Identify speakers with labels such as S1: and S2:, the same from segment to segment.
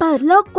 S1: ก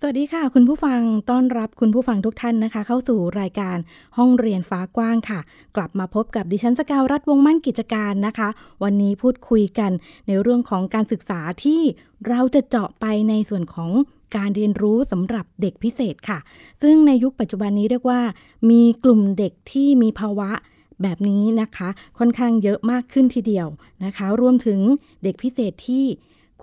S2: สวัสดีค่ะ คุณผู้ฟังต้อนรับคุณผู้ฟังทุกท่านนะคะ เข้าสู่รายการห้องเรียนฟ้ากว้างค่ะ กลับมาพบกับดิฉันสกาวรัฐวงศ์มั่นกิจการนะคะ วันนี้พูดคุยกันในเรื่องของการศึกษาที่เราจะเจาะไปในส่วนของการเรียนรู้สำหรับเด็กพิเศษค่ะ ซึ่งในยุคปัจจุบันนี้เรียกว่า มีกลุ่มเด็กที่มีภาวะ แบบนี้นะคะ ค่อนข้างเยอะมากขึ้นทีเดียวนะคะ รวมถึงเด็กพิเศษที่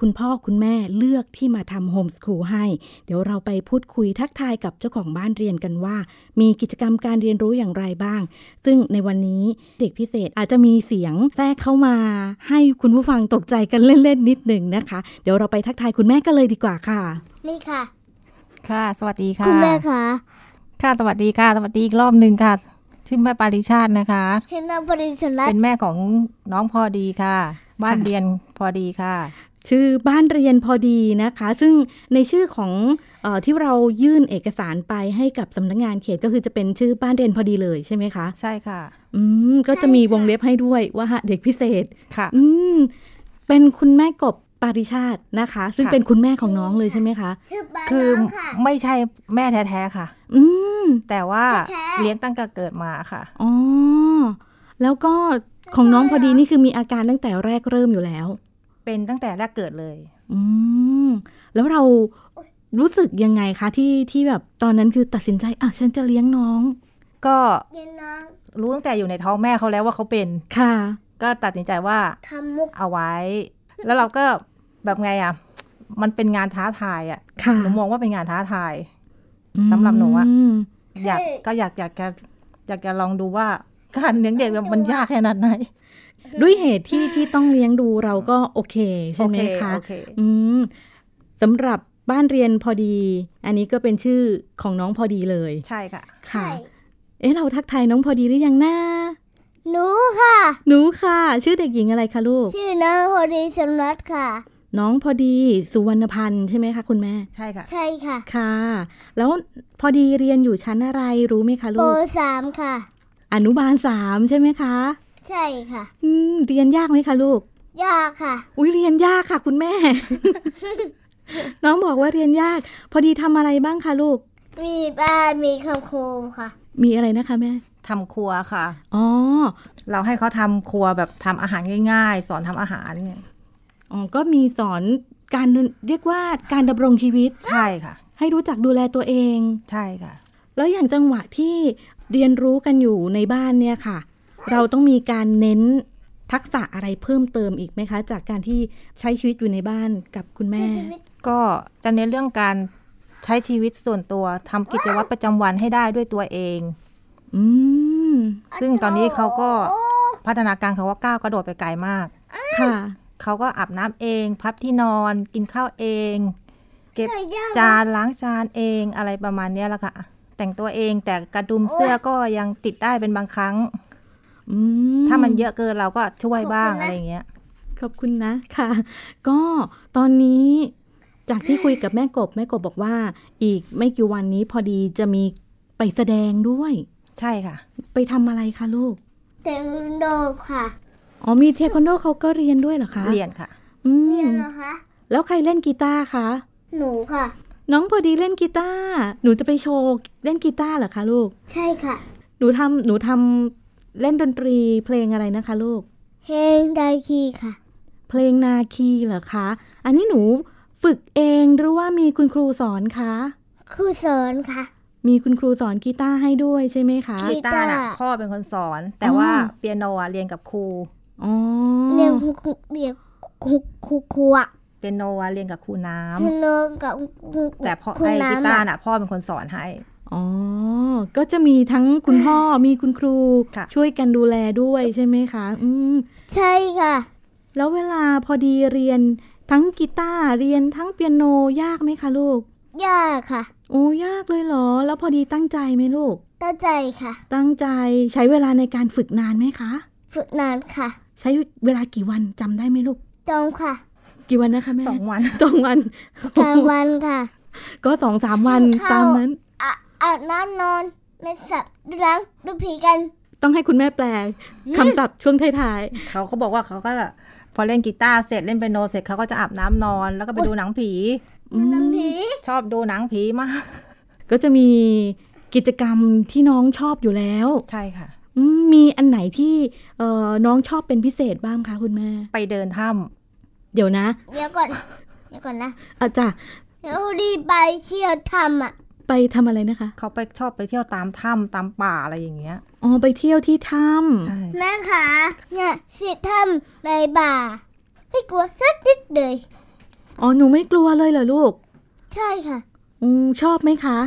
S2: คุณพ่อคุณแม่เลือกที่มาทำโฮมสคูลให้ เดี๋ยวเราไปพูดคุยทักทายกับเจ้าของบ้านเรียนกันว่า มีกิจกรรมการเรียนรู้อย่างไรบ้าง ซึ่งในวันนี้เด็กพิเศษอาจจะมีเสียงแทรกเข้ามา ให้คุณผู้ฟังตกใจกันเล่นๆนิดหนึ่งนะคะ เดี๋ยวเราไปทักทายคุณแม่กันเลยดีกว่าค่ะ
S3: นี่ค่ะ
S4: ค่ะ สวัสดีค่ะ
S3: คุณแม่ค่ะ
S4: ค่ะ สวัสดีค่ะ สวัสดีอีกรอบหนึ่งค่ะ ชื่อแม่ปาริชาตินะคะ
S3: ชื่อนางปริศนัท
S4: เป็นแม่ของน้องพอดีค่ะ บ้านเรียนพอดีค่ะ
S2: ชื่อบ้านเรียนพอดีนะคะ ซึ่งในชื่อของเออที่เรายื่นเอกสารไปให้กับสำนักงานเขตก็คือจะเป็นชื่อบ้านเรียนพอดีเลยใช่ไหมคะ
S4: ใช่ค่ะ
S2: อืมก็จะมีวงเล็บให้ด้วยว่าเด็กพิเศษ
S4: ค่ะ
S2: อืมเป็นคุณแม่กบปาริชาตินะคะ ซึ่ง
S4: ค่ะ
S2: เป็นคุณแม่ของน้องเลยใช่ไหมคะ
S3: ชื่อบ้าน
S4: คือ
S3: น้องค่ะ
S4: ไม่ใช่แม่แท้ๆค่ะ
S2: อืม
S4: แต่ว่า
S3: แท้ๆ
S4: เลี้ยงตั้งแต่เกิดมาค่ะ
S2: อ๋อแล้วก็ของน้องพอดีนี่คือมีอาการตั้งแต่แรกเริ่มอยู่แล้ว
S4: เป็นตั้งแต่แรกเกิดเลย
S2: อืมแล้วเรารู้สึกยังไงคะที่ที่แบบตอนนั้นคือตัดสินใจอ่ะฉันจะเลี้ยงน้อง
S4: ก็
S3: เย็นน้อง
S4: รู้ตั้งแต่อยู่ในท้องแม่เขาแล้วว่าเขาเป็น
S2: ค่ะ
S4: ก็ตัดสินใจว่า
S3: ทำมุก
S4: เอาไว้ แล้วเราก็แบบไงอ่ะ มันเป็นงานท้าทายอ่ะ
S2: ค่ะ
S4: หนูมองว่าเป็นงานท้าทาย สำหรับหนูอะ
S2: ม
S4: อยากก็อยากอยากจะอยากจะลองดูว่าการเลี้ยงเด็กมันยากขนาดไหน
S2: ด้วยเหตุที่ที่ต้องเลี้ยงดูเราก็โอเคใช่ไหมคะ
S4: โอเคโอเ
S2: อืมสำหรับบ้านเรียนพอดี อันนี้ก็เป็นชื่อของน้องพอดีเลย
S4: ใช่ค่ะ
S2: ค่ะ
S3: ไข่
S2: เอ๊ะ เราทักทายน้องพอดีหรือยังนะ
S3: หนูค่ะ
S2: หนูค่ะ ชื่อเด็กหญิงอะไรคะลูก
S3: ชื่อนางปริศนัทค่ะ
S2: น้องพอดีสุวรรณพันธ์ใช่ไหมคะคุณแม่
S4: ใช่ค่ะ
S3: ใช่ค่ะ
S2: ค่ะ แล้วพอดีเรียนอยู่ชั้นอะไรรู้ไหมคะ
S3: ป
S2: ลูก
S3: สามค่ะ
S2: อนุบาลสามใช่ไหมคะ
S3: ใช่ค่ะ
S2: อืมเรียนยากไหมคะลูก
S3: ยากค่ะ
S2: อุ้ยเรียนยากค่ะ คุณแม่ น้องบอกว่าเรียนยาก พอดีทำอะไรบ้างคะลูก
S3: มีบ้านมีคำโคมค่ะ
S2: มีอะไรนะคะแม่
S4: ทำครัวค่ะ
S2: อ๋อ
S4: เราให้เขาทำครัวแบบทำอาหารง่าย ๆ สอนทำอาหารเนี่ย
S2: อ๋อ ก็มีสอนการเรียกว่าการดำรงชีวิต
S4: ใช่ค่ะ
S2: ให้รู้จักดูแลตัวเอง
S4: ใช่ค่ะ
S2: แล้วอย่างจังหวะที่เรียนรู้กันอยู่ในบ้านเนี่ยค่ะ เราต้องมีการเน้นทักษะอะไรเพิ่มเติมอีกไหมคะ จากการที่ใช้ชีวิตอยู่ในบ้านกับคุณแม่
S4: ก็จะเน้นเรื่องการใช้ชีวิตส่วนตัวทำกิจวัตรประจำวันให้ได้ด้วยตัวเอง
S2: อืม
S4: ซึ่งตอนนี้เขาก็พัฒนาการเขาว่าก้าวกระโดดไปไกลมาก
S2: ค่ะ
S4: เขาก็อาบน้ำเอง พับที่นอน กินข้าวเอง เก็บ
S3: ใช่ยาก
S4: จานล้างจานเองอะไรประมาณเนี้ยแหละค่ะ แต่งตัวเองแต่กระดุมเสื้อก็ยังติดได้เป็นบางครั้ง
S2: อืม
S4: ถ้ามันเยอะเกินเราก็ช่วยบ้างอะไรอย่างเงี้ย
S2: ขอบคุณนะค่ะ ก็ตอนนี้จากที่คุยกับแม่กบ แม่กบบอกว่า อีกไม่กี่วันนี้พอดีจะมีไปแสดงด้วย
S4: ใช่ค่ะ
S2: ไปทำอะไรคะลูก
S3: เต่งโดดค่ะ
S2: อ๋อมีเทควันโดเขาก็เรียนด้วยเหรอคะ
S4: เรียนค่ะ
S2: อื
S3: เรีย
S2: ม
S3: นนะคะ
S2: แล้วใครเล่นกีตาร์คะ
S3: หนูค่ะ
S2: น้องพอดีเล่นกีตาร์ หนูจะไปโชว์เล่นกีตาร์เหรอคะลูก
S3: ใช่ค่ะ
S2: หนูทำหนูทำเล่นดนตรีเพลงอะไรนะคะลูก
S3: เฮงไดคีค่ะ
S2: เพลงนาคีเหรอคะ อันนี้หนูฝึกเองหรือว่ามีคุณครูสอนคะ
S3: ครูสอนค่ะ
S2: มีคุณครูสอนกีตาร์ให้ด้วยใช่ไหมคะ
S3: ใช่
S4: กีตาร์น่ะพ่อเป็นคนสอน แต่ว่า
S2: อ๋อ
S4: เปียโนอ่ะเรียนกับครู
S2: อ๋อ
S3: เรียนครูเรียนครูครูครูอะ
S4: เปียโนอ่ะเรียนกับครูน้ำ
S3: คุณนงกับ
S4: แต่พ่อ
S3: คุณ
S4: ไอ้กี
S3: น้ำ
S4: ตา
S3: อะ
S4: ร์น่ะพ่อเป็นคนสอนให้
S2: อ๋อ ก็จะมีทั้งคุณพ่อ มีคุณครู
S4: ค่ะ
S2: ช่วยกันดูแลด้วยใช่ไหมคะ อืม
S3: ใช่ค่ะ
S2: แล้วเวลาพอดีเรียนทั้งกีตาร์เรียนทั้งเปียโนยากไหมคะลูก
S3: ยากค่ะ
S2: โอ้ยากเลยเหรอ แล้วพอดีตั้งใจไหมลูก
S3: ตั้งใจค่ะ
S2: ตั้งใจใช้เวลาในการฝึกนานไหมคะ
S3: ฝึกนานค่ะ
S2: ใช้เวลากี่วันจำได้ไหมลูก
S3: จงค่ะ
S2: กี่วันนะคะแม่
S4: สองวัน
S2: สองวัน
S3: กลางวันค่ะ
S2: ก็สองสามวัน
S3: กินข้าว
S2: ตามนั้น
S3: อ่ะอาบน้ำนอนในสับดูหนังดูผีกัน
S2: ต้องให้คุณแม่แปลคำศัพท์ช่วงท้าย
S4: เขาเขาบอกว่าเขาก็พอเล่นกีตาร์เสร็จเล่นเปียโนเสร็จเขาก็จะอาบน้ำนอน แล้วก็ไปดูหนังผี
S2: ๆอืม
S3: หนังผี
S4: ชอบดูหนังผีมาก
S2: ก็จะมีกิจกรรมที่น้องชอบอยู่แล้ว
S4: ใช่ค่ะ
S2: อืมมีอันไหนที่เอ่อน้องชอบเป็นพิเศษบ้างคะคุณแม่
S4: ไปเดินถ้
S2: เดี๋ยวนะ
S3: เดี๋ยวก่อนเดี๋ยวก่อนนะ
S2: อาจจะ
S3: เดี๋ยวรีบไปเที่ยวทำอ่ะ
S2: ไปทำอะไรนะคะ
S4: ำเขาไปชอบไปเที่ยวตามถ้ำตามป่าอะไรอย่างเงี้ย
S2: อ๋อไปเที่ยวที่ถ้
S4: ใช่
S3: แม่ขาเนี่ยสิทำในบ่าไม่กลัวสักนิดเลย
S2: ำอ๋อหนูไม่กลัวเลยเหรอลูก
S3: ใช่ค่ะ
S2: อืมชอบไหมคะ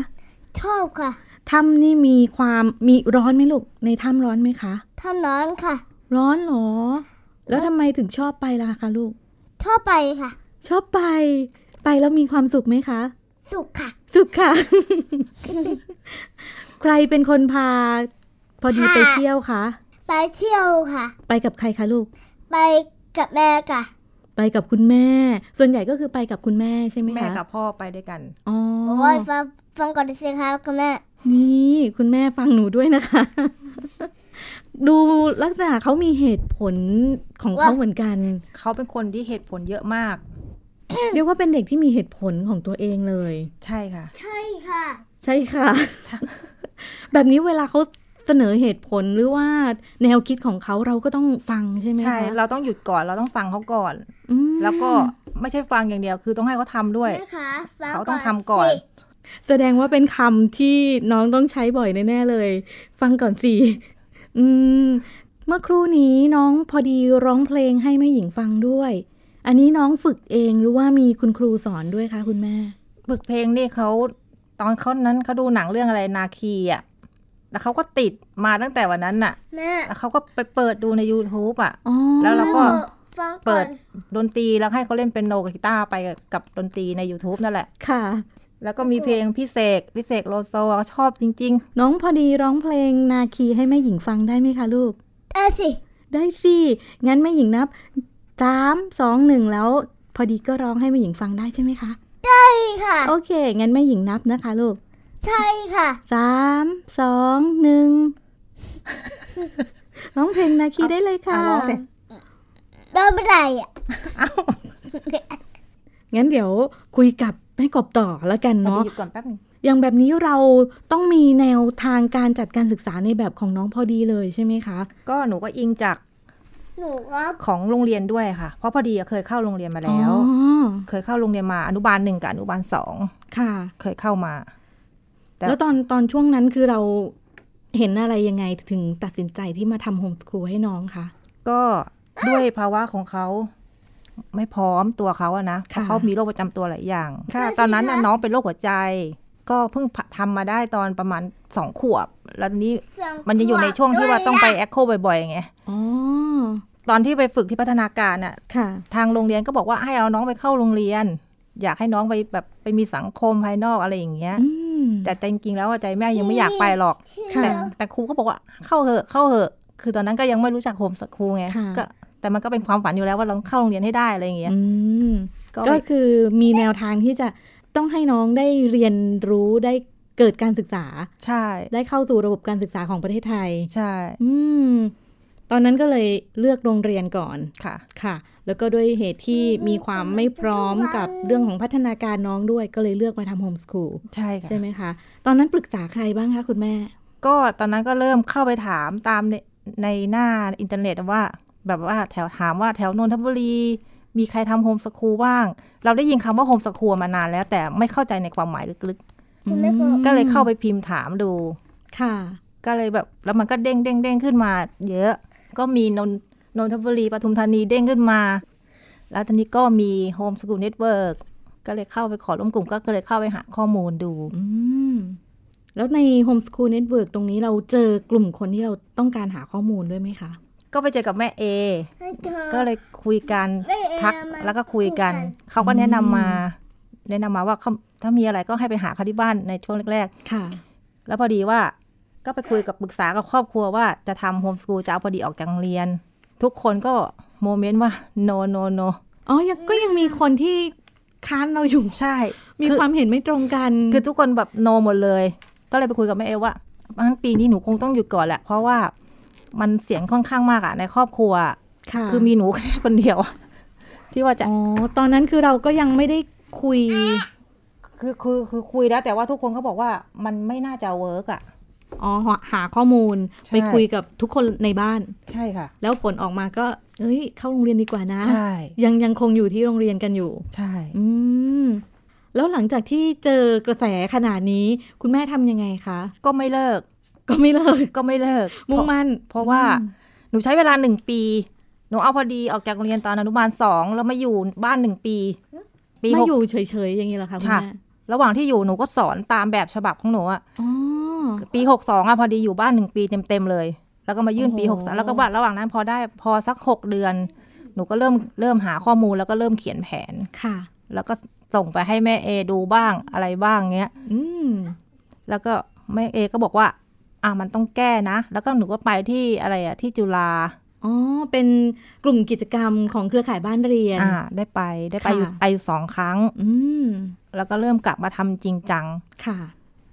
S3: ชอบค่ะ
S2: ถ้ำนี่มีความมีร้อนไหมลูกในถ้ำร้อนไหมคะ
S3: ทำร้อนค่ะ
S2: ร้อนเหรอ แล้วทำไมถึงชอบไปล่ะคะลูก
S3: ชอบไปค่ะ
S2: ชอบไป ไปแล้วมีความสุขไหมคะ
S3: สุขค่ะ
S2: สุขค่ะ ใครเป็นคนพา พอดี
S3: พา
S2: ไปเที่ยวคะ
S3: ไปเที่ยวค่ะ
S2: ไปกับใครคะลูก
S3: ไปกับแม่ค่ะ
S2: ไปกับคุณแม่ ส่วนใหญ่ก็คือไปกับคุณแม่ใช่ไหมคะ
S4: แม่กับพ่อไปด้วยกัน
S2: อ๋อ
S3: โอ้ยฟังฟังก่อนสิครับคุณแม่
S2: นี่คุณแม่ฟังหนูด้วยนะคะ ดูลักษณะเขามีเหตุผลของเขา
S3: ว่า
S2: เหมือนกัน
S4: เขาเป็นคนที่เหตุผลเยอะมาก
S2: เรียกว่าเป็นเด็กที่มีเหตุผลของตัวเองเลย
S4: ใช่ค่ะ
S3: ใช่ค่ะ
S2: ใช่ค่ะ แบบนี้เวลาเขาเสนอเหตุผลหรือว่าแนวคิดของเขาเราก็ต้องฟังใช่ไหม
S4: ใช่
S2: คะ
S4: เราต้องหยุดก่อนเราต้องฟังเขาก่อน
S2: อืม
S4: แล้วก็ไม่ใช่ฟังอย่างเดียวคือต้องให้เขาทำด้วย
S3: แม่คะฟัง
S4: เขา
S3: ก่
S4: ต้
S3: อ
S4: อง
S3: น
S4: ทำก่อน
S3: สิ
S2: แสดงว่าเป็นคำที่น้องต้องใช้บ่อยแน่ๆเลย ฟังก่อนสิอืมเมื่อครู่นี้น้องพอดีร้องเพลงให้แม่หญิงฟังด้วย อันนี้น้องฝึกเองหรือว่ามีคุณครูสอนด้วยคะคุณแม่
S4: ฝึกเพลงนี่เขาตอนเขานั้นเขาดูหนังเรื่องอะไรนาคีอ่ะแล้วเขาก็ติดมาตั้งแต่วันนั้นน่ะ
S3: แม่
S4: แล้วเขาก็ไปเปิดดูใน YouTube อ่ะ
S2: อ๋อ
S4: แล้วเราก็
S3: แม่บอกฟังก่
S4: เปิ
S3: อ
S4: ด
S3: น
S4: ดนตรีแล้วให้เขาเล่นเป็นโนกับกีตาร์ไปกับดนตรีใน YouTube นั่นแหละ
S2: ค่ะ
S4: แล้วก็มีเพลงพี่เสกพี่เสกโลโซเขาชอบจริง
S2: น้องพอดีร้องเพลงนาคีให้แม่หญิงฟังได้ไหมคะลูก
S3: ได้สิ
S2: ได้สิ งั้นแม่หญิงนับสามสองหนึ่งแล้ว พอดีก็ร้องให้แม่หญิงฟังได้ใช่ไหมคะ
S3: ใช่ค่ะ
S2: โอเค งั้นแม่หญิงนับนะคะลูก
S3: ใช่ค่ะ
S2: สามสองหนึ่ งร้องเพลงนาคีได้เลยค่ะ
S4: เอาร้องสิ
S3: เริ่มเมื่อไหร่อ่ะ
S2: งั้นเดี๋ยวคุยกับแม่กบต่อแล้วกัน
S4: ๆพอดี
S2: เนาะ
S4: หยุดก่อนแป๊บหนึง
S2: อย่างแบบนี้เราต้องมีแนวทางการจัดการศึกษาในแบบของน้องพอดีเลยใช่ไหมคะ
S4: ก็หนูก็อิงจาก
S3: หนูก็
S4: ของโรงเรียนด้วยค่ะ เพราะพอดีอะเคยเข้าโรงเรียนมาแล้ว
S2: อ๋อ
S4: เคยเข้าโรงเรียนมาอนุบาลหนึ่งกับอนุบาลสอง
S2: ค่ะ
S4: เคยเข้ามา แต่
S2: แล้วตอนตอนช่วงนั้นคือเราเห็นอะไรยังไงถึงตัดสินใจที่มาทำโฮมสคูลให้น้องคะ
S4: ก็ด้วยภาวะของเขาไม่พร้อมตัวเขาอะนะเพ
S2: ค่ะ
S4: ราะเขามีโรคประจำตัวหลายอย่างตอนนั้นน่ะน้องเป็นโรคหัวใจ ก็เพิ่งทำมาได้ตอนประมาณสองขวบ แล้วนี้
S3: สอง
S4: มันจะอยู่ในช่วงที่ว่าต้องไปแอคโคบ่อยๆไง
S2: อ๋อ
S4: ตอนที่ไปฝึกที่พัฒนาการน่ะ
S2: ค่ะ
S4: ทางโรงเรียนก็บอกว่าให้เอาน้องไปเข้าโรงเรียน อยากให้น้องไปแบบไปมีสังคมภายนอกอะไรอย่างเงี้ย
S2: อืม
S4: แต่จริงๆแล้วอะใจแม่ยังไม่อยากไปหรอก
S2: ค่ะ
S4: แต่แต่ครูก็บอกว่าเข้าเหอะเข้าเหอะ คือตอนนั้นก็ยังไม่รู้จักโฮมสคูลไง
S2: ค่ะ
S4: ก็แต่มันก็เป็นความฝันอยู่แล้วว่าเราเข้าโรงเรียนให้ได้อะไรอย่างเงี้ย
S2: อืม
S4: ก็
S2: ก็คือมีแนวทางที่จะต้องให้น้องได้เรียนรู้ได้เกิดการศึกษา
S4: ใช่
S2: ได้เข้าสู่ระบบการศึกษาของประเทศไทย
S4: ใช่
S2: อืม ตอนนั้นก็เลยเลือกโรงเรียนก่อน
S4: ค่ะ
S2: ค่ะ แล้วก็ด้วยเหตุที่มีความไม่พร้อมกับเรื่องของพัฒนาการน้องด้วย ก็เลยเลือกมาทำโฮมสคูล
S4: ใช่
S2: ใช่
S4: ค่ะ
S2: ไหมคะ ตอนนั้นปรึกษาใครบ้างคะคุณแม่
S4: ก็ตอนนั้นก็เริ่มเข้าไปถามตามในในหน้าอินเทอร์เน็ตว่า แบบว่าแถวถามว่าแถวนนทบุรี มีใครทำโฮมสคูลบ้าง เราได้ยินคำว่าโฮมสคูลมานานแล้ว แต่ไม่เข้าใจในความหมายลึก
S3: คุณแม่ก็
S4: ๆ ก็เลยเข้าไปพิมพ์ถามดู
S2: ค่ะ
S4: ก็เลยแบบแล้วมันก็เด้งเด้งเด้งขึ้นมา เยอะ ก็มีนนนนทบุรีปทุมธานีเด้งขึ้นมา แล้วทีนี้ก็มีโฮมสกูลเน็ตเวิร์กก็เลยเข้าไปขอร่วมกลุ่ม ก็เลยเข้าไปหาข้อมูลดู
S2: อืม แล้วใน Homeschool Network ตรงนี้เราเจอกลุ่มคนที่เราต้องการหาข้อมูลด้วยไหมคะ
S4: ก็ไปเจอกับแม่เอ
S3: ให้เธอ
S4: ก็เลยคุยกัน
S3: แม่เอ
S4: ทัก
S3: มัน
S4: แล้วก็คุยกัน
S3: คุยกัน
S4: เขาก็แนะนำมา แนะนำมาว่าเขาถ้ามีอะไรก็ให้ไปหาเขาที่บ้านในช่วงแรก
S2: ค่ะ
S4: ๆ แล้วพอดีว่าก็ไปคุยกับปรึกษากับครอบครัวว่าจะทำโฮมสกูลจะเอาพอดีออกจากโรงเรียน ทุกคนก็โมเมนต์ว่า no no no
S2: อ๋อยังก็ยังมีคนที่ค้านเราอยู่
S4: ใช่
S2: มี
S4: อ
S2: ความเห็นไม่ตรงกัน
S4: คือทุกคนแบบโนหมดเลย ก็เลยไปคุยกับแม่เอว่าทั้งปีนี้หนูคงต้องหยุดก่อนแหละ เพราะว่ามันเสียงค่อนข้างมากอะในครอบครัว
S2: ค่ะ
S4: คือมีหนูแค่คนเดียว ที่ว่าจะ
S2: อ๋อตอนนั้นคือเราก็ยังไม่ได้คุย
S4: คือคือคือคุยแล้ว แต่ว่าทุกคนเขาบอกว่ามันไม่น่าจะเวิร์กอะ
S2: อ๋อหาหาข้อมูล
S4: ใช่
S2: ไปคุยกับทุกคนในบ้าน
S4: ใช่ค่ะ
S2: แล้วผลออกมาก็ เอ้ย เข้าโรงเรียนดีกว่านะ
S4: ใช่
S2: ยังยังคงอยู่ที่โรงเรียนกันอยู่
S4: ใช่
S2: อืม แล้วหลังจากที่เจอกระแสขนาดนี้ คุณแม่ทำยังไงคะ
S4: ก็ไม่เลิก
S2: ก็ไม่เลิก
S4: ก็ไม่เลิก
S2: มุ่งมั่น
S4: เพราะว่า
S2: อืม
S4: หนูใช้เวลาหนึ่งปี หนูเอาพอดีออกจากโรงเรียนตอนอนุบาลสองแล้วมาอยู่บ้านหนึ่งปี ปี
S2: ไม่
S4: หก
S2: อยู่เฉยๆ อย่างนี้เหรอคะคุณ
S4: ค่ะ
S2: แม่
S4: ระหว่างที่อยู่หนูก็สอนตามแบบฉบับของหนูอะ
S2: อ๋อ
S4: ปีหกสองอะพอดีอยู่บ้านหนึ่งปีเต็มๆเลย แล้วก็มายื่นปี
S2: โอ้
S4: ห
S2: โห
S4: กสามแล้วก็ว่าระหว่างนั้นพอได้พอสักหกเดือน หนูก็เริ่มเริ่มหาข้อมูลแล้วก็เริ่มเขียนแผน
S2: ค่ะ
S4: แล้วก็ส่งไปให้แม่เอดูบ้างอะไรบ้างเงี้ย
S2: อืม
S4: แล้วก็แม่เอก็บอกว่า อ่ะมันต้องแก้นะ แล้วก็หนูก็ไปที่อะไรอะที่จุฬา
S2: อ๋อ เป็นกลุ่มกิจกรรมของเครือข่ายบ้านเรียน
S4: อ่าได้ไปได้ไปอยู่
S2: ค่ะ
S4: ไปอยู่สองครั้ง
S2: อืม
S4: แล้วก็เริ่มกลับมาทำจริงจัง
S2: ค่ะ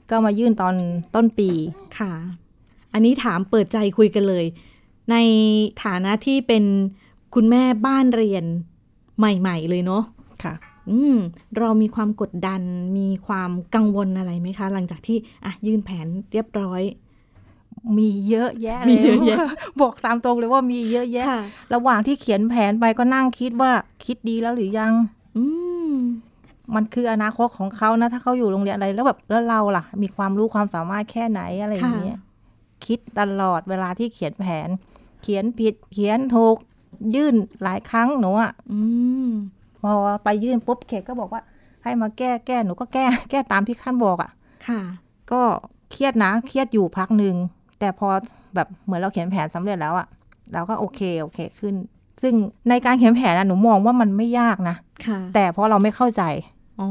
S4: ก็มายื่นตอนต้นปี
S2: ค่ะ อันนี้ถามเปิดใจคุยกันเลย ในฐานะที่เป็นคุณแม่บ้านเรียนใหม่ๆเลยเนาะ
S4: ค่ะ
S2: อืม เรามีความกดดัน มีความกังวลอะไรไหมคะ หลังจากที่อ่ะยื่นแผนเรียบร้อย
S4: มีเยอะแย ะล
S2: มีเยอะแยะ
S4: บอกตามตรงเลยว่ามีเยอะแยะ
S2: ค่ะ
S4: ระหว่างที่เขียนแผนไปก็นั่งคิดว่าคิดดีแล้วหรือยัง
S2: อืม
S4: มันคืออนาคตของเขานะ ถ้าเขาอยู่โรงเรียนอะไรแล้วแบบแล้วเราล่ะ มีความรู้ความสามารถแค่ไหนอะไรอย่างเงี้ยคิดตลอดเวลาที่เขียนแผน เขียนผิดเขียนถูกยื่นหลายครั้งหนูอะ
S2: อืม
S4: พอไปยื่นปุ๊บเขตก็บอกว่า ให้มาแก้แก้หนูก็แก้ แก้ตามที่ท่านบอกอะ
S2: ค่ะ
S4: ก็เครียดนะเครียดอยู่พักหนึ่งแต่พอแบบเหมือนเราเขียนแผนสำเร็จแล้วอะเราก็โอเคโอเคขึ้น ซึ่งในการเขียนแผนอะหนูมองว่ามันไม่ยากนะ
S2: ค่ะ
S4: แต่เพราะเราไม่เข้าใจ
S2: อ๋อ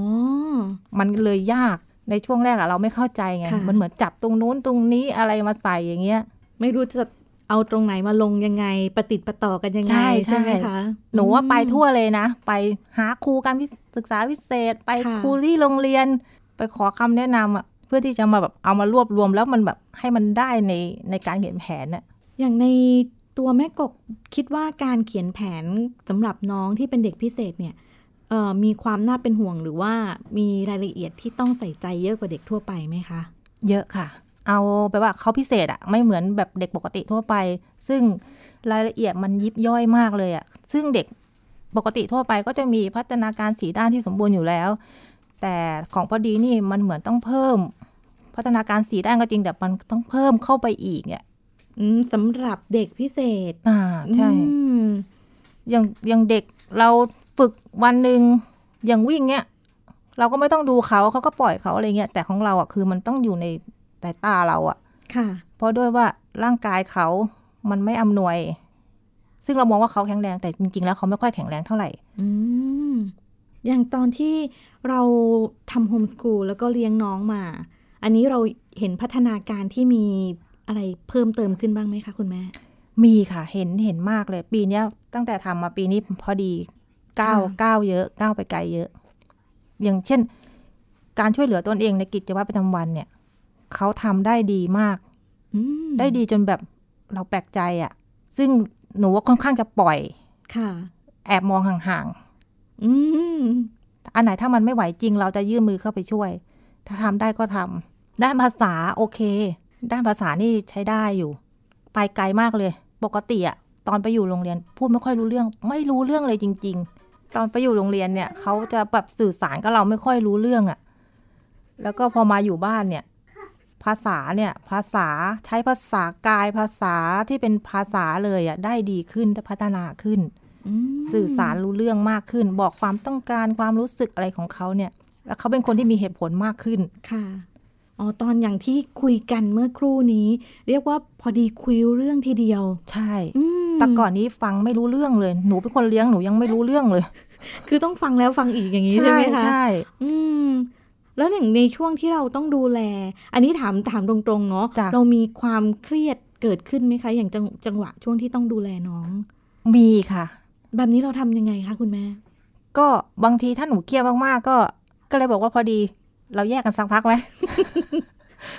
S4: มันเลยยากในช่วงแรกอะเราไม่เข้าใจไง
S2: ค่ะ
S4: มันเหมือนจับตรงนู้นตรงนี้อะไรมาใส่อย่างเงี้ย
S2: ไม่รู้จะเอาตรงไหนมาลงยังไง ประติดประต่อกันยังไง
S4: ใช่ใช่
S2: ใช่ไหมคะ
S4: หนูว่าไปทั่วเลยนะ ไปหาครูการพิศึกษาพิเศษ ไป
S2: ค่ะ
S4: ครูที่โรงเรียน ไปขอคำแนะนำอะเพื่อที่จะมาแบบเอามารวบรวมแล้วมันแบบให้มันได้ในในการเขียนแผนน่ะ
S2: อย่างในตัวแม่กกคิดว่าการเขียนแผนสำหรับน้องที่เป็นเด็กพิเศษเนี่ยเอ่อมีความน่าเป็นห่วงหรือว่ามีรายละเอียดที่ต้องใส่ใจเยอะกว่าเด็กทั่วไปไหมคะ
S4: เยอะค่ะ เอาไปว่าเขาพิเศษอะไม่เหมือนแบบเด็กปกติทั่วไป ซึ่งรายละเอียดมันยิบย่อยมากเลยอะซึ่งเด็กปกติทั่วไปก็จะมีพัฒนาการสีด้านที่สมบูรณ์อยู่แล้ว แต่ของพอดีนี่มันเหมือนต้องเพิ่ม พัฒนาการสีด้านก็จริงแต่มันต้องเพิ่มเข้าไปอีกเนี่ย
S2: อืมสำหรับเด็กพิเศษ
S4: อ่าใช่
S2: อืม
S4: อย่างอย่างเด็กเราฝึกวันหนึ่งอย่างวิ่งเนี้ยเราก็ไม่ต้องดูเขาเขาก็ปล่อยเขาอะไรเงี้ยแต่ของเราอ่ะคือมันต้องอยู่ในสายตาเราอ่ะ
S2: ค่ะ
S4: เพราะด้วยว่าร่างกายเขามันไม่อำนวย ซึ่งเรามองว่าเขาแข็งแรงแต่จริงๆแล้วเขาไม่ค่อยแข็งแรงเท่าไหร่
S2: อืมอย่างตอนที่เราทำโฮมสกูลแล้วก็เลี้ยงน้องมา อันนี้เราเห็นพัฒนาการที่มีอะไรเพิ่มเติมขึ้นบ้างไหมคะคุณแม่
S4: มีค่ะเห็นเห็นมากเลย ปีเนี้ยตั้งแต่ทำมาปีนี้พอดีก้าว
S2: ค่ะ
S4: ก้าวเยอะก้าวไปไกลเยอะ อย่างเช่น การช่วยเหลือตนเองในกิจวัตรประจำวันเนี่ยเขาทำได้ดีมาก
S2: อืม
S4: ได้ดีจนแบบเราแปลกใจอะ่ะ ซึ่งหนูว่าค่อนข้างจะปล่อย
S2: ค่ะ
S4: แอบมองห่าง
S2: อืม
S4: ๆ อันไหนถ้ามันไม่ไหวจริงเราจะยื่นมือเข้าไปช่วย ถ้าทำได้ก็ทำด้านภาษาโอเค ด้านภาษานี่ใช้ได้อยู่ ไปไกลมากเลย ปกติอะตอนไปอยู่โรงเรียนพูดไม่ค่อยรู้เรื่อง ไม่รู้เรื่องเลยจริง ๆ ตอนไปอยู่โรงเรียนเนี่ยเขาจะแบบสื่อสารกับเราไม่ค่อยรู้เรื่องอะแล้วก็พอมาอยู่บ้านเนี่ย ภาษาเนี่ยภาษาใช้ภาษากายภาษาที่เป็นภาษาเลยอะได้ดีขึ้นได้พัฒนาขึ้น
S2: อืม
S4: สื่อสารรู้เรื่องมากขึ้น บอกความต้องการความรู้สึกอะไรของเขาเนี่ย แล้วเขาเป็นคนที่มีเหตุผลมากขึ้น
S2: ค่ะ อ๋อ ตอนอย่างที่คุยกันเมื่อครู่นี้ เรียกว่าพอดีคุยเรื่องทีเดียว
S4: ใช่
S2: อืม
S4: แต่ก่อนนี้ฟังไม่รู้เรื่องเลย หนูเป็นคนเลี้ยงหนูยังไม่รู้เรื่องเลย
S2: คือต้องฟังแล้วฟังอีกอย่างนี้ใช่ไหมคะ
S4: ใช่
S2: อืม แล้วอย่างในช่วงที่เราต้องดูแล อันนี้ถามถามตรงๆเนาะ
S4: จ้ะ
S2: เรามีความเครียดเกิดขึ้นไหมคะ อย่างจังจังหวะช่วงที่ต้องดูแลน้อง
S4: มีค่ะ
S2: แบบนี้เราทำยังไงคะคุณแม่
S4: ก็บางทีถ้าหนูเครียดมากๆ ก็ก็เลยบอกว่าพอดี เราแยกกันสักพักไหม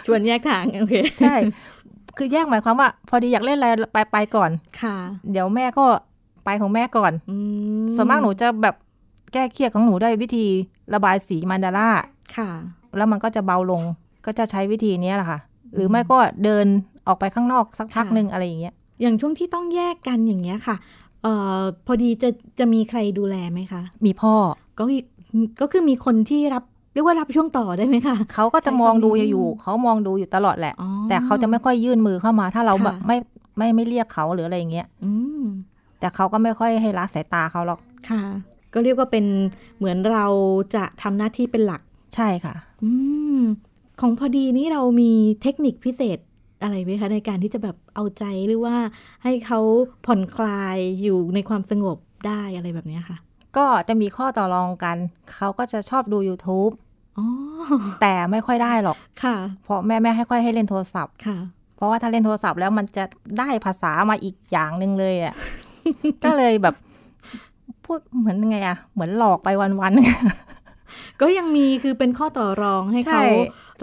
S2: ชวนแยกทางโอเค
S4: ใช่ คือแยกหมายความว่า พอดีอยากเล่นอะไรไปไปก่อน
S2: ค่ะ
S4: เดี๋ยวแม่ก็ไปของแม่ก่อน
S2: อื
S4: ส่วนมากหนูจะแบบแก้เครียดของหนูด้วยวิธีระบายสีมันดาร่า
S2: ค่ะ
S4: แล้วมันก็จะเบาลง ก็จะใช้วิธีเนี้ยแหละค่ะ หรือไม่ก็เดินออกไปข้างนอกสักพักหนึ่งอะไรอย่างเงี้ย
S2: อย่างช่วงที่ต้องแยกกันอย่างเงี้ยค่ะเอ่อพอดีจะจะมีใครดูแลไหมคะ
S4: มีพ่อ
S2: ก็คือก็คือมีคนที่รับเรียกว่ารับช่วงต่อได้ไหมคะ
S4: เขาก็จะมองดูอยู่เขามองดูอยู่ตลอดแหละ
S2: อ๋อ
S4: แต่เขาจะไม่ค่อยยื่นมือเข้ามา ถ้าเรา
S2: ค่ะ
S4: แบบไม่ไม่ไม่เรียกเขาหรืออะไรอย่างเงี้ย
S2: อืม
S4: แต่เขาก็ไม่ค่อยให้ละสายตาเขาหรอก
S2: ค่ะ ก็เรียกว่าเป็นเหมือนเราจะทำหน้าที่เป็นหลัก
S4: ใช่ค่ะ
S2: อืมของพอดีนี่เรามีเทคนิคพิเศษอะไรไหมคะในการที่จะแบบเอาใจหรือว่าให้เขาผ่อนคลายอยู่ในความสงบได้อะไรแบบเนี้ยค่ะ
S4: ก็จะมีข้อต่อรองกัน เขาก็จะชอบดู YouTube
S2: อ๋อ
S4: แต่ไม่ค่อยได้หรอก
S2: ค่ะ
S4: เพราะแม่แม่ให้ค่อยให้เล่นโทรศัพท์
S2: ค่ะ
S4: เพราะว่าถ้าเล่นโทรศัพท์แล้วมันจะได้ภาษามาอีกอย่างหนึ่งเลยอ่ะ ก็เลยแบบ พูดเหมือนไงอ่ะ เหมือนหลอกไปวันๆ
S2: ก็ยังมีคือเป็นข้อต่อรองให้เขา
S4: ใช่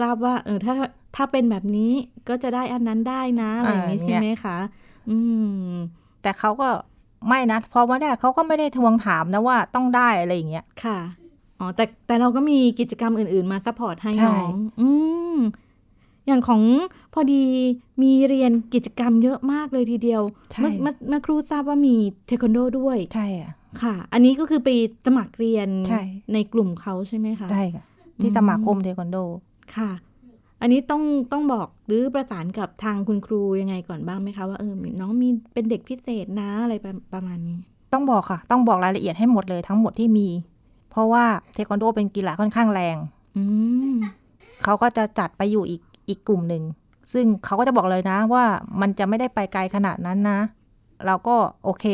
S2: ทราบว่าเออถ้าถ้าเป็นแบบนี้ก็จะได้อันนั้นได้นะอะไรอย่างนี้
S4: อ่า
S2: ใช่ไหมคะอืม
S4: แต่เขาก็ไม่นะเพราะว่าเนี่ยเขาก็ไม่ได้ทวงถามนะว่าต้องได้อะไรอย่างเงี้ย
S2: ค่ะอ๋อแต่แต่เราก็มีกิจกรรมอื่น ๆ มาซัพพอร์ตให้
S4: ใช่
S2: น้องอืมอย่างของพอดีมีเรียนกิจกรรมเยอะมากเลยทีเดียวเมื่อเมื่อเมื่อครูทราบว่ามีเทควันโดด้วย
S4: ใช่อ่ะ
S2: ค่ะ อันนี้ก็คือไปสมัครเรียน
S4: ใช่
S2: กลุ่มเขาใช่ไหมคะ
S4: ใช่ค่ะที่สมาคมเทควันโด
S2: ค่ะ อันนี้ต้องต้องบอกหรือประสานกับทางคุณครูยังไงก่อนบ้างไหมคะว่าเออน้องมีเป็นเด็กพิเศษนะอะไรประประมาณนี้
S4: ต้องบอกค่ะ ต้องบอกรายละเอียดให้หมดเลยทั้งหมดที่มี เพราะว่าเทควันโดเป็นกีฬาค่อนข้างแรง
S2: อืม
S4: เขาก็จะจัดไปอยู่อีกอีกกลุ่มหนึ่ง ซึ่งเขาก็จะบอกเลยนะว่ามันจะไม่ได้ไปไกลขนาดนั้นนะ เราก็โอเค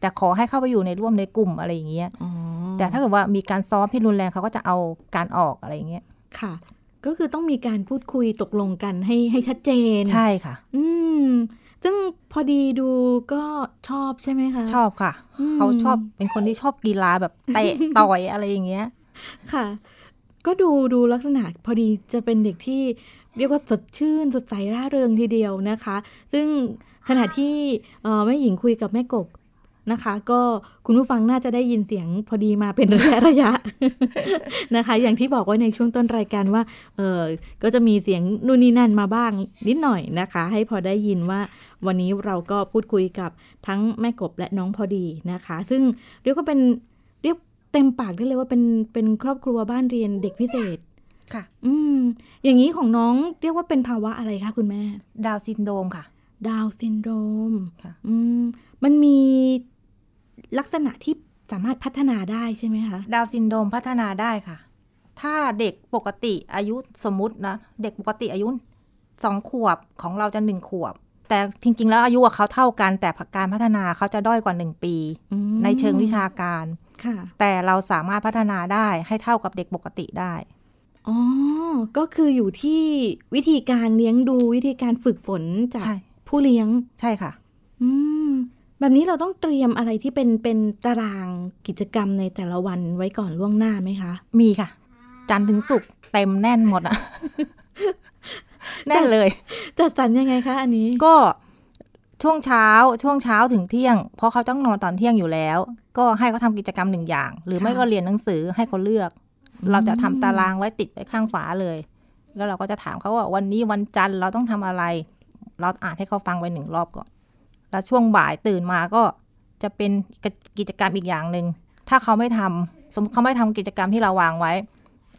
S4: แต่ขอให้เข้าไปอยู่ในร่วมในกลุ่มอะไรอย่างเงี้ย
S2: อ๋อ
S4: แต่ถ้าเกิดว่ามีการซ้อมที่รุนแรงเขาก็จะเอาการออกอะไรอย่างเงี้ย
S2: ค่ะ ก็คือต้องมีการพูดคุยตกลงกันให้ให้ชัดเจน
S4: ใช่ค่ะ
S2: อืม ซึ่งพอดีดูก็ชอบใช่ไหมคะ
S4: ชอบค่ะ
S2: ม
S4: เขาชอบเป็นคนที่ชอบกีฬาแบบเตะ ต่อยอะไรอย่างเงี้ย
S2: ค่ะ ก็ดูดูลักษณะพอดีจะเป็นเด็กที่เรียกว่าสดชื่น สดใสร่าเริงทีเดียวนะคะ ซึ่งขณะที่เอ่อแม่หญิงคุยกับแม่กบนะคะ ก็คุณผู้ฟังน่าจะได้ยินเสียงพอดีมาเป็นระยะระยะ นะคะ อย่างที่บอกไว้ในช่วงต้นรายการว่า เออก็จะมีเสียงนู่นนี่นั่นมาบ้างนิดหน่อยนะคะ ให้พอได้ยินว่าวันนี้เราก็พูดคุยกับทั้งแม่กบและน้องพอดีนะคะ ซึ่งเรียกว่าเป็นเรียกเต็มปากได้เลยว่าเป็นเป็นครอบครัวบ้านเรียนเด็กพิเศษ
S4: ค่ะ
S2: อืม อย่างนี้ของน้องเรียกว่าเป็นภาวะอะไรคะคุณแม่
S4: ดาวน์ซินโดรมค่ะ
S2: ดาวน์ซินโดรม
S4: ค่ะ
S2: อืมมันมีลักษณะที่สามารถพัฒนาได้ใช่ไหมคะ
S4: ดาวน์ซินโดรมพัฒนาได้ค่ะ ถ้าเด็กปกติอายุสมมตินะ เด็กปกติอายุสองขวบของเราจะหนึ่งขวบ แต่จริง ๆ แล้วอายุกับเขาเท่ากัน แต่การพัฒนาเขาจะด้อยกว่าหนึ่งปี
S2: อืม
S4: ในเชิงวิชาการ
S2: ค่ะ
S4: แต่เราสามารถพัฒนาได้ให้เท่ากับเด็กปกติได้
S2: อ๋อ ก็คืออยู่ที่วิธีการเลี้ยงดูวิธีการฝึกฝนจาก
S4: ใช่
S2: ผู้เลี้ยง
S4: ใช่ค่ะ
S2: อืม แบบนี้เราต้องเตรียมอะไรที่เป็นเป็นตารางกิจกรรมในแต่ละวันไว้ก่อนล่วงหน้าไหมคะ
S4: มีค่ะ จันทร์ถึงศุกร์เต็มแน่นหมด อะ แน่นเลย
S2: จัดสรรยังไงคะอันนี้
S4: ก็ช่วงเช้าช่วงเช้าถึงเที่ยง เพราะเขาต้องนอนตอนเที่ยงอยู่แล้ว ก็ให้เขาทำกิจกรรมหนึ่งอย่าง หรือไม่
S2: ค่ะ
S4: ก็เรียนหนังสือให้เขาเลือก เราจะทำตารางไว้ติดไว้ข้างฝาเลย แล้วเราก็จะถามเขาว่าวันนี้วันจันทร์เราต้องทำอะไร เราอ่านให้เขาฟังไปหนึ่งรอบก่อน แล้วช่วงบ่ายตื่นมาก็จะเป็นกิจกรรมอีกอย่างหนึ่งถ้าเขาไม่ทำสมมติเขาไม่ทำกิจกรรมที่เราวางไว้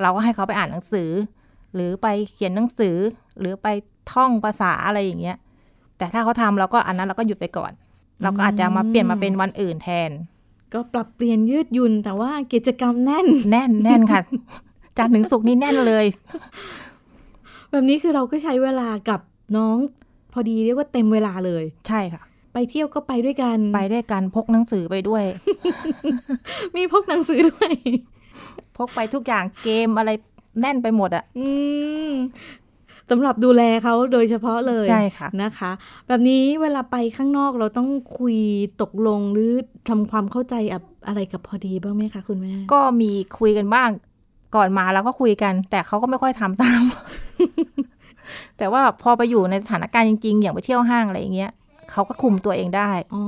S4: เราก็ให้เขาไปอ่านหนังสือ หรือไปเขียนหนังสือ หรือไปท่องภาษาอะไรอย่างเงี้ย แต่ถ้าเขาทำเราก็อันนั้นเราก็หยุดไปก่อน เราก็อาจจะมาเปลี่ยนมาเป็นวันอื่นแทน
S2: ก็ปรับเปลี่ยนยืดหยุ่นแต่ว่ากิจกรรมแน่น
S4: แน่นแน่นค่ะ จันทร์ถึงศุกร์นี่แน่นเลย
S2: แบบนี้คือเราก็ใช้เวลากับน้อง พอดีเรียกว่าเต็มเวลาเลย
S4: ใช่ค่ะ
S2: ไปเที่ยวก็ไปด้วยกัน
S4: ไปด้วยกันพกหนังสือไปด้วย
S2: มีพกหนังสือด้วย
S4: พกไปทุกอย่างเกมอะไรแน่นไปหมดอะ
S2: อืม สำหรับดูแลเขาโดยเฉพาะเลย
S4: ใช่ค่ะ
S2: นะคะ แบบนี้เวลาไปข้างนอกเราต้องคุยตกลงหรือทำความเข้าใจอะอะไรกับพอดีบ้างไหมคะคุณแม่
S4: ก็มีคุยกันบ้างก่อนมาแล้วก็คุยกัน แต่เขาก็ไม่ค่อยทำตาม แต่ว่าพอไปอยู่ในสถานการณ์จริงๆ อย่างไปเที่ยวห้างอะไรอย่างเงี้ยเขาก็คุมตัวเองได้
S2: อ๋อ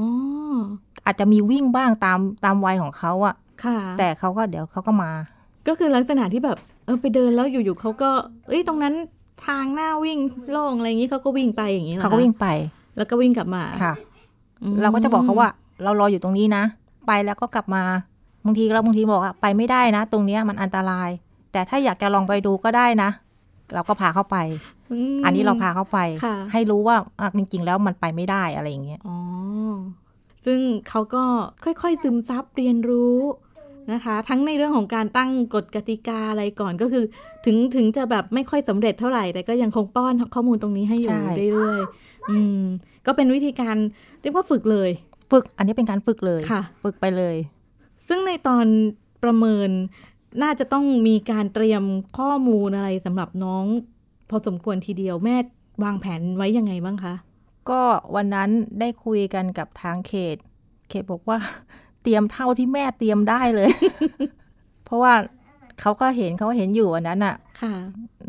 S4: อาจจะมีวิ่งบ้างตามตามวัยของเขาอะ
S2: ค่ะ
S4: แต่เขาก็เดี๋ยวเขาก็มา
S2: ก็คือลักษณะที่แบบเออไปเดินแล้วอยู่ๆเขาก็ เอ้ยตรงนั้นทางหน้าวิ่งโล่งอะไรอย่างนี้เขาก็วิ่งไปอย่างนี้หรอ
S4: เขาก็วิ่งไป
S2: แล้วก็วิ่งกลับมา
S4: ค่ะ
S2: อืม
S4: เราก็จะบอกเขาว่า เรารออยู่ตรงนี้นะ ไปแล้วก็กลับมาบางทีเราบางทีบอกอะไปไม่ได้นะ ตรงเนี้ยมันอันตราย แต่ถ้าอยากจะลองไปดูก็ได้นะ เราก็พาเขาไป
S2: ม
S4: อันนี้เราพาเขาไป
S2: ค่ะ
S4: ให้รู้ว่าอ่ะจริง ๆ แล้วมันไปไม่ได้อะไรอย่างเงี้ย
S2: อ๋อ ซึ่งเขาก็ค่อยๆซึมซับเรียนรู้นะคะ ทั้งในเรื่องของการตั้งกฎกติกาอะไรก่อนก็คือ ถึงถึงจะแบบไม่ค่อยสำเร็จเท่าไหร่ แต่ก็ยังคงป้อนข้อมูลตรงนี้ให้อยู่
S4: ใช่
S2: เรื่อยๆอืม ก็เป็นวิธีการเรียกว่าฝึกเลย
S4: ฝึกอันนี้เป็นการฝึกเลย
S2: ค่ะ
S4: ฝึกไปเลย
S2: ซึ่งในตอนประเมินน่าจะต้องมีการเตรียมข้อมูลอะไรสำหรับน้อง พอสมควรทีเดียวแม่วางแผนไว้ยังไงบ้างคะ
S4: ก็วันนั้นได้คุยกันกับทางเขต เขตบอกว่า เตรียมเท่าที่แม่เตรียมได้เลย เพราะว่าเขาก็เห็นเขาเห็นอยู่วันนั้นอ่ะ
S2: ค่ะ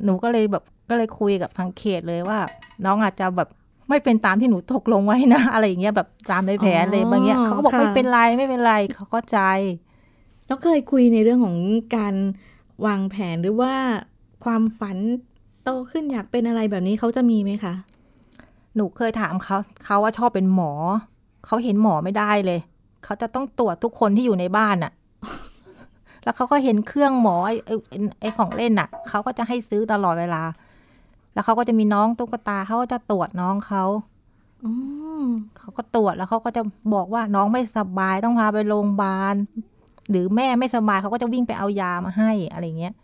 S4: หนูก็เลยแบบก็เลยคุยกับทางเขตเลยว่า น้องอาจจะแบบไม่เป็นตามที่หนูตกลงไว้นะ อะไรอย่างเงี้ยแบบตามในแผนเล
S2: อ๋อบ
S4: ยางอย่างเขาก็บอก
S2: ค่ะ
S4: ไม่เป็นไรไม่เป็นไรเขาก็ใจ
S2: แล้วเคยคุยในเรื่องของการวางแผนหรือว่าความฝันโตขึ้นอยากเป็นอะไรแบบนี้เขาจะมีไหมคะ
S4: หนูเคยถามเขาเขาว่าชอบเป็นหมอ เขาเห็นหมอไม่ได้เลย เขาจะต้องตรวจทุกคนที่อยู่ในบ้านน่ะ แล้วเขาก็เห็นเครื่องหมอไอ้ไอ้ไอ้ของเล่นน่ะ เขาก็จะให้ซื้อตลอดเวลา แล้วเขาก็จะมีน้องตุ๊กตาเขาก็จะตรวจน้องเขา
S2: อ๋อ
S4: เขาก็ตรวจแล้วเขาก็จะบอกว่าน้องไม่สบายต้องพาไปโรงพยาบาล หรือแม่ไม่สบายเขาก็จะวิ่งไปเอายามาให้อะไรเงี้ย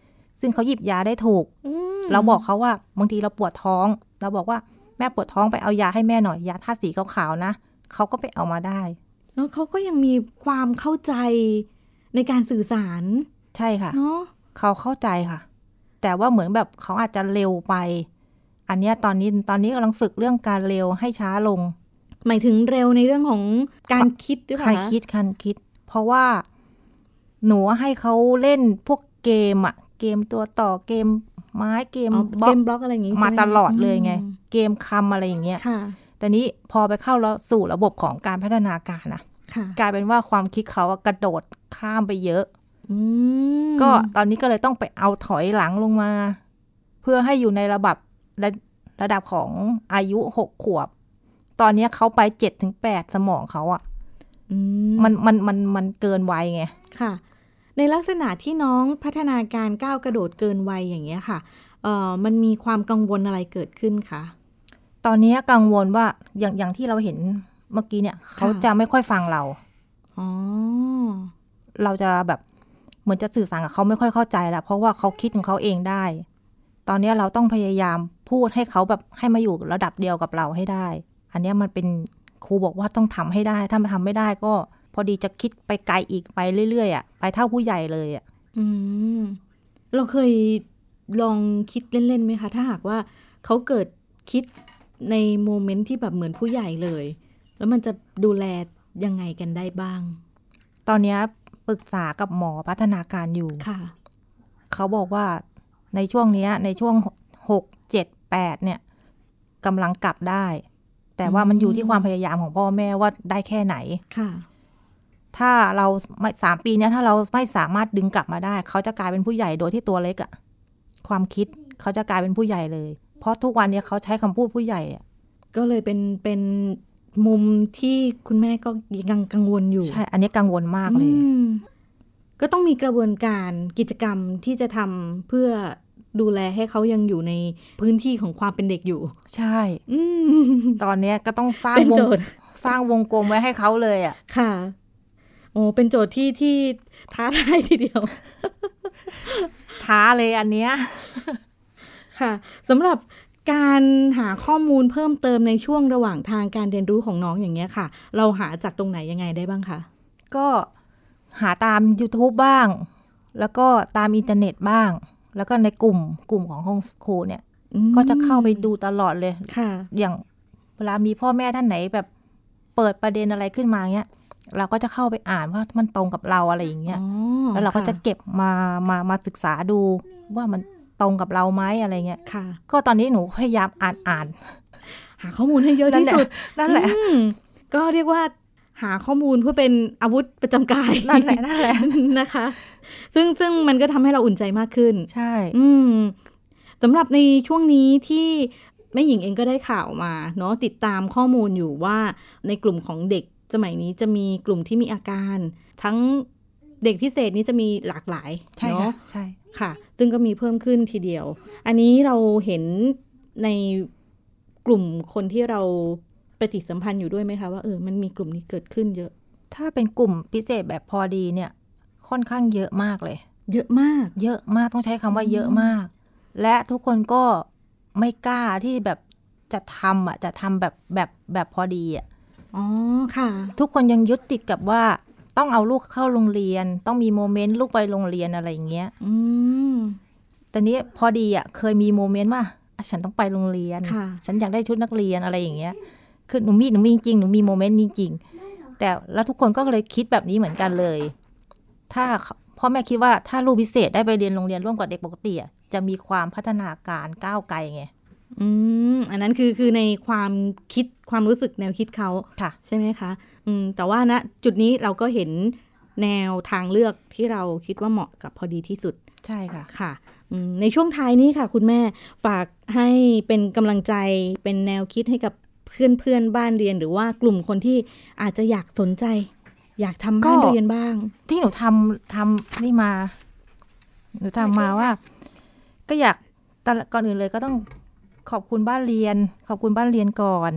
S4: ซึ่งเขาหยิบยาได้ถูก
S2: อืม
S4: เราบอกเขาว่าบางทีเราปวดท้อง เราบอกว่าแม่ปวดท้องไปเอายาให้แม่หน่อยยาท่าตุสีขาวๆนะเขาก็ไปเอามาได้
S2: แล้วเขาก็ยังมีความเข้าใจในการสื่อสาร
S4: ใช่ค่ะ
S2: เนาะ
S4: เขาเข้าใจค่ะ แต่ว่าเหมือนแบบเขาอาจจะเร็วไป อันเนี้ยตอนนี้ตอนนี้กำลังฝึกเรื่องการเร็วให้ช้าลง
S2: หมายถึงเร็วในเรื่องของการคิดหรือเป
S4: คั
S2: ล่าน
S4: คิดคันคิด เพราะว่าหนูให้เขาเล่นพวกเกมอะเกมตัวต่อเกมไม้เกม
S2: อ๋อบ
S4: ล็
S2: เก
S4: อก
S2: มบล็อกอะไรอย่างนี้ใช่ไห
S4: มาตลอดเลยไง
S2: อืม
S4: เกมคำอะไรอย่างเงี้ย
S2: ค่ะ
S4: แต่นี้พอไปเข้าแล้วสู่ระบบของการพัฒนาการอะ
S2: ค่ะ
S4: กลายเป็นว่าความคิดเขาอะกระโดดข้ามไปเยอะ
S2: อืม
S4: ก็ตอนนี้ก็เลยต้องไปเอาถอยหลังลงมา เพื่อให้อยู่ในระบับระระดับของอายุหกขวบ ตอนเนี้ยเขาไปเจ็ดถึงแปดสมองเขาอะ
S2: อืม
S4: มันมันมันมันเกินวัยไง
S2: ค่ะ ในลักษณะที่น้องพัฒนาการก้าวกระโดดเกินวัยอย่างเงี้ยค่ะเอ่อมันมีความกังวลอะไรเกิดขึ้นคะ
S4: ตอนนี้กังวลว่าอย่างอย่างที่เราเห็นเมื่อกี้เนี่ย เขาจะไม่ค่อยฟังเรา
S2: อ๋อ
S4: เราจะแบบเหมือนจะสื่อสารกับเขาไม่ค่อยเข้าใจละเพราะว่าเขาคิดของเขาเองได้ ตอนนี้เราต้องพยายามพูดให้เขาแบบให้มาอยู่ระดับเดียวกับเราให้ได้ อันเนี้ยมันเป็นครูบอกว่าต้องทำให้ได้ ถ้ามันทำไม่ได้ก็ พอดีจะคิดไปไกลอีกไปเรื่อยๆอ่ะไปเท่าผู้ใหญ่เลยอ่ะ
S2: อืม เราเคยลองคิดเล่นๆไหมคะ ถ้าหากว่าเขาเกิดคิดในโมเมนต์ที่แบบเหมือนผู้ใหญ่เลย แล้วมันจะดูแลยังไงกันได้บ้าง
S4: ตอนเนี้ยปรึกษากับหมอพัฒนาการอยู่
S2: ค่ะ
S4: เขาบอกว่าในช่วงเนี้ยในช่วงหกเจ็ดแปดเนี่ยกำลังกลับได้ แต่ว่า
S2: อืม
S4: มันอยู่ที่ความพยายามของพ่อแม่ว่าได้แค่ไหน
S2: ค่ะ
S4: ถ้าเราไม่สามปีเนี่ยถ้าเราไม่สามารถดึงกลับมาได้ เขาจะกลายเป็นผู้ใหญ่โดยที่ตัวเล็กอะความคิดเขาจะกลายเป็นผู้ใหญ่เลย เพราะทุกวันเนี่ยเขาใช้คำพูดผู้ใหญ่อะ
S2: ก็เลยเป็นเป็นมุมที่คุณแม่ก็ยังกังวลอยู่
S4: ใช่ อันนี้กังวลมากเลย
S2: อืมก็ต้องมีกระบวนการกิจกรรมที่จะทำเพื่อดูแลให้เขายังอยู่ในพื้นที่ของความเป็นเด็กอยู่
S4: ใช่
S2: อืม
S4: ตอนเนี้ยก็ต้องสร้าง
S2: เป็น
S4: วง
S2: โจทย์
S4: สร้างวงกลมไว้ให้เขาเลยอะ
S2: ค่ะ โอ้เป็นโจทย์ที่ที่ท้าทายทีเดียว
S4: ท้าเลยอันเนี้ย
S2: ค่ะสำหรับการหาข้อมูลเพิ่มเติมในช่วงระหว่างทางการเรียนรู้ของน้องอย่างเงี้ยค่ะ เราหาจากตรงไหนยังไงได้บ้างคะ
S4: ก็หาตาม YouTube บ้าง แล้วก็ตามอินเทอร์เน็ตบ้าง แล้วก็ในกลุ่มกลุ่มของห้องครูเนี่ย
S2: อืม
S4: ก็จะเข้าไปดูตลอดเลย
S2: ค่ะ
S4: อย่างเวลามีพ่อแม่ท่านไหนแบบเปิดประเด็นอะไรขึ้นมาเงี้ย เราก็จะเข้าไปอ่านว่ามันตรงกับเราอะไรอย่างเงี้ย
S2: อ๋อ
S4: แล้วเราก็จะ
S2: ค่
S4: เก็บมามามาศึกษาดูว่ามันตรงกับเราไหมอะไรเงี้ย
S2: ค่ะ
S4: ก็ตอนนี้หนูพยายามอ่านอ่าน
S2: หาข้อมูลให้เยอะที่สุด
S4: นั่นแหละ
S2: อืมก็เรียกว่าหาข้อมูลเพื่อเป็นอาวุธประจำกาย
S4: นั่นแหละ นั่นแหละ
S2: นะคะ ซึ่งซึ่งมันก็ทำให้เราอุ่นใจมากขึ้น
S4: ใช่
S2: อืมสำหรับในช่วงนี้ที่แม่หญิงเองก็ได้ข่าวมาเนาะติดตามข้อมูลอยู่ว่าในกลุ่มของเด็กสมัยนี้จะมีกลุ่มที่มีอาการ ทั้งเด็กพิเศษนี้จะมีหลากหลาย
S4: ใช่
S2: เนาะ
S4: ค่ะใช่
S2: ค่ะ ซึ่งก็มีเพิ่มขึ้นทีเดียว อันนี้เราเห็นในกลุ่มคนที่เราปฏิสัมพันธ์อยู่ด้วยไหมคะว่าเออมันมีกลุ่มนี้เกิดขึ้นเยอะ
S4: ถ้าเป็นกลุ่มพิเศษแบบพอดีเนี่ย ค่อนข้างเยอะมากเลย
S2: เยอะมาก
S4: เยอะมากต้องใช้คำว่าเยอะมาก และทุกคนก็ไม่กล้าที่แบบจะทำอ่ะจะทำแบบแบบแบบพอดีอ่ะ
S2: อ๋อค่ะ
S4: ทุกคนยังยึดติดกับว่าต้องเอาลูกเข้าโรงเรียน ต้องมีโมเมนต์ลูกไปโรงเรียนอะไรอย่างเงี้ย
S2: อืม
S4: แต่นี้พอดีอ่ะเคยมีโมเมนต์ว่าอ่ะฉันต้องไปโรงเรียน
S2: ค่ะ
S4: ฉันอยากได้ชุดนักเรียนอะไรอย่างเงี้ย คือหนูมีหนูมีจริงๆหนูมีโมเมนต์จริงๆแต่แล้วทุกคนก็เลยคิดแบบนี้เหมือนกันเลย ถ้าเขาพ่อแม่คิดว่าถ้าลูกพิเศษได้ไปเรียนโรงเรียนร่วมกับเด็กปกติอ่ะจะมีความพัฒนาการก้าวไกลไง
S2: อืม อันนั้นคือคือในความคิดความรู้สึกแนวคิดเขา
S4: ค่ะ
S2: ใช่ไหมคะ อืม แต่ว่านะจุดนี้เราก็เห็นแนวทางเลือกที่เราคิดว่าเหมาะกับพอดีที่สุด
S4: ใช่ค่ะ
S2: ค่ะอืมในช่วงท้ายนี้ค่ะ คุณแม่ฝากให้เป็นกำลังใจเป็นแนวคิดให้กับเพื่อนเพื่อนบ้านเรียนหรือว่ากลุ่มคนที่อาจจะอยากสนใจ อยากทำบ้าน
S4: ก็
S2: เรียนบ้าง
S4: ที่หนูทำทำนี่มา หนูทำมาว่า ก็อยากแต่ก่อนอื่นเลยก็ต้องขอบคุณบ้านเรียน ขอบคุณบ้านเรียนก่อน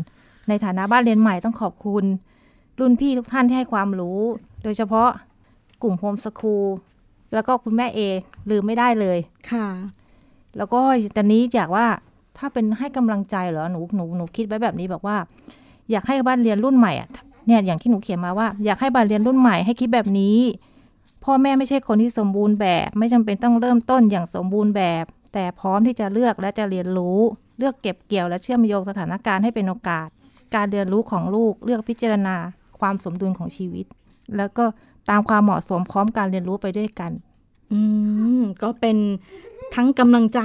S4: ในฐานะบ้านเรียนใหม่ต้องขอบคุณ รุ่นพี่ทุกท่านที่ให้ความรู้ โดยเฉพาะกลุ่มโฮมสคูลแล้วก็คุณแม่เอลืมไม่ได้เลย
S2: ค่ะ
S4: แล้วก็ตอนนี้อยากว่าถ้าเป็นให้กำลังใจเหรอหนูหนูหนูคิดไว้แบบนี้แบบว่า อยากให้บ้านเรียนรุ่นใหม่อะเนี่ยอย่างที่หนูเขียนมาว่า อยากให้บ้านเรียนรุ่นใหม่ให้คิดแบบนี้ พ่อแม่ไม่ใช่คนที่สมบูรณ์แบบ ไม่จำเป็นต้องเริ่มต้นอย่างสมบูรณ์แบบ แต่พร้อมที่จะเลือกและจะเรียนรู้ เลือกเก็บเกี่ยวและเชื่อมโยงสถานการณ์ให้เป็นโอกาส การเรียนรู้ของลูกเลือกพิจารณา ความสมดุลของชีวิต แล้วก็ตามความเหมาะสมพร้อมการเรียนรู้ไปด้วยกัน
S2: อืม ก็เป็นทั้งกำลังใจ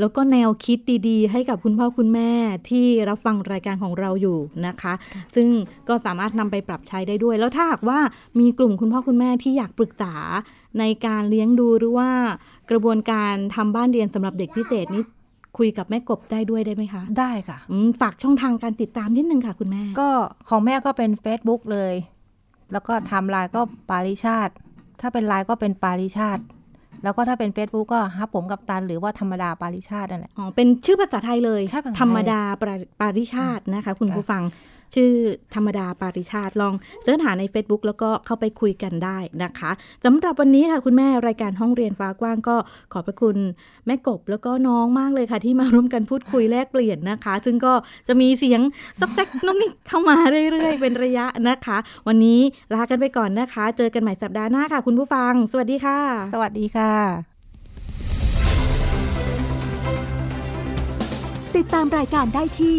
S2: แล้วก็แนวคิดดีๆ ให้กับคุณพ่อคุณแม่ที่รับฟังรายการของเราอยู่นะคะ ซึ่งก็สามารถนำไปปรับใช้ได้ด้วย แล้วถ้าหากว่ามีกลุ่มคุณพ่อคุณแม่ที่อยากปรึกษาในการเลี้ยงดูหรือว่ากระบวนการทำบ้านเรียนสำหรับเด็กพิเศษนี้คุยกับแม่กบได้ด้วยได้ไหมคะ
S4: ได้ค่ะ
S2: อืมฝากช่องทางการติดตามนิดนึงค่ะคุณแม่
S4: ก็ของแม่ก็เป็น Facebook เลย แล้วก็ไทำลายก็ปาริชาติ ถ้าเป็นไลน์ก็เป็นปาริชาติ แล้วก็ถ้าเป็น Facebook ก็ฮับผมกับตันหรือว่าธรรมดาปาริชาตินั่นแหละ
S2: อ๋อเป็นชื่อภาษาไทยเลย
S4: ใช่ภาษาไทย
S2: ธรรมดาปราปาริชาตินะคะ คุณ
S4: ค่ะ
S2: ผู้ฟัง ชื่อธรรมดาปาริชาติลองเสิร์ชหาใน Facebook แล้วก็เข้าไปคุยกันได้นะคะสำหรับวันนี้ค่ะคุณแม่รายการห้องเรียนฟ้ากว้างก็ขอบพระคุณแม่กบแล้วก็น้องมากเลยค่ะ ที่มาร่วมกันพูดคุยแลกเปลี่ยนนะคะ ซึ่งก็จะมีเสียงซอกแซกนุกนิกเข้ามาเรื่อยๆ เป็นระยะนะคะ วันนี้ลากันไปก่อนนะคะ เจอกันใหม่สัปดาห์หน้าค่ะ คุณผู้ฟัง สวัสดีค่ะ
S4: สวัสดีค่ะ
S1: ติดตามรายการได้ที่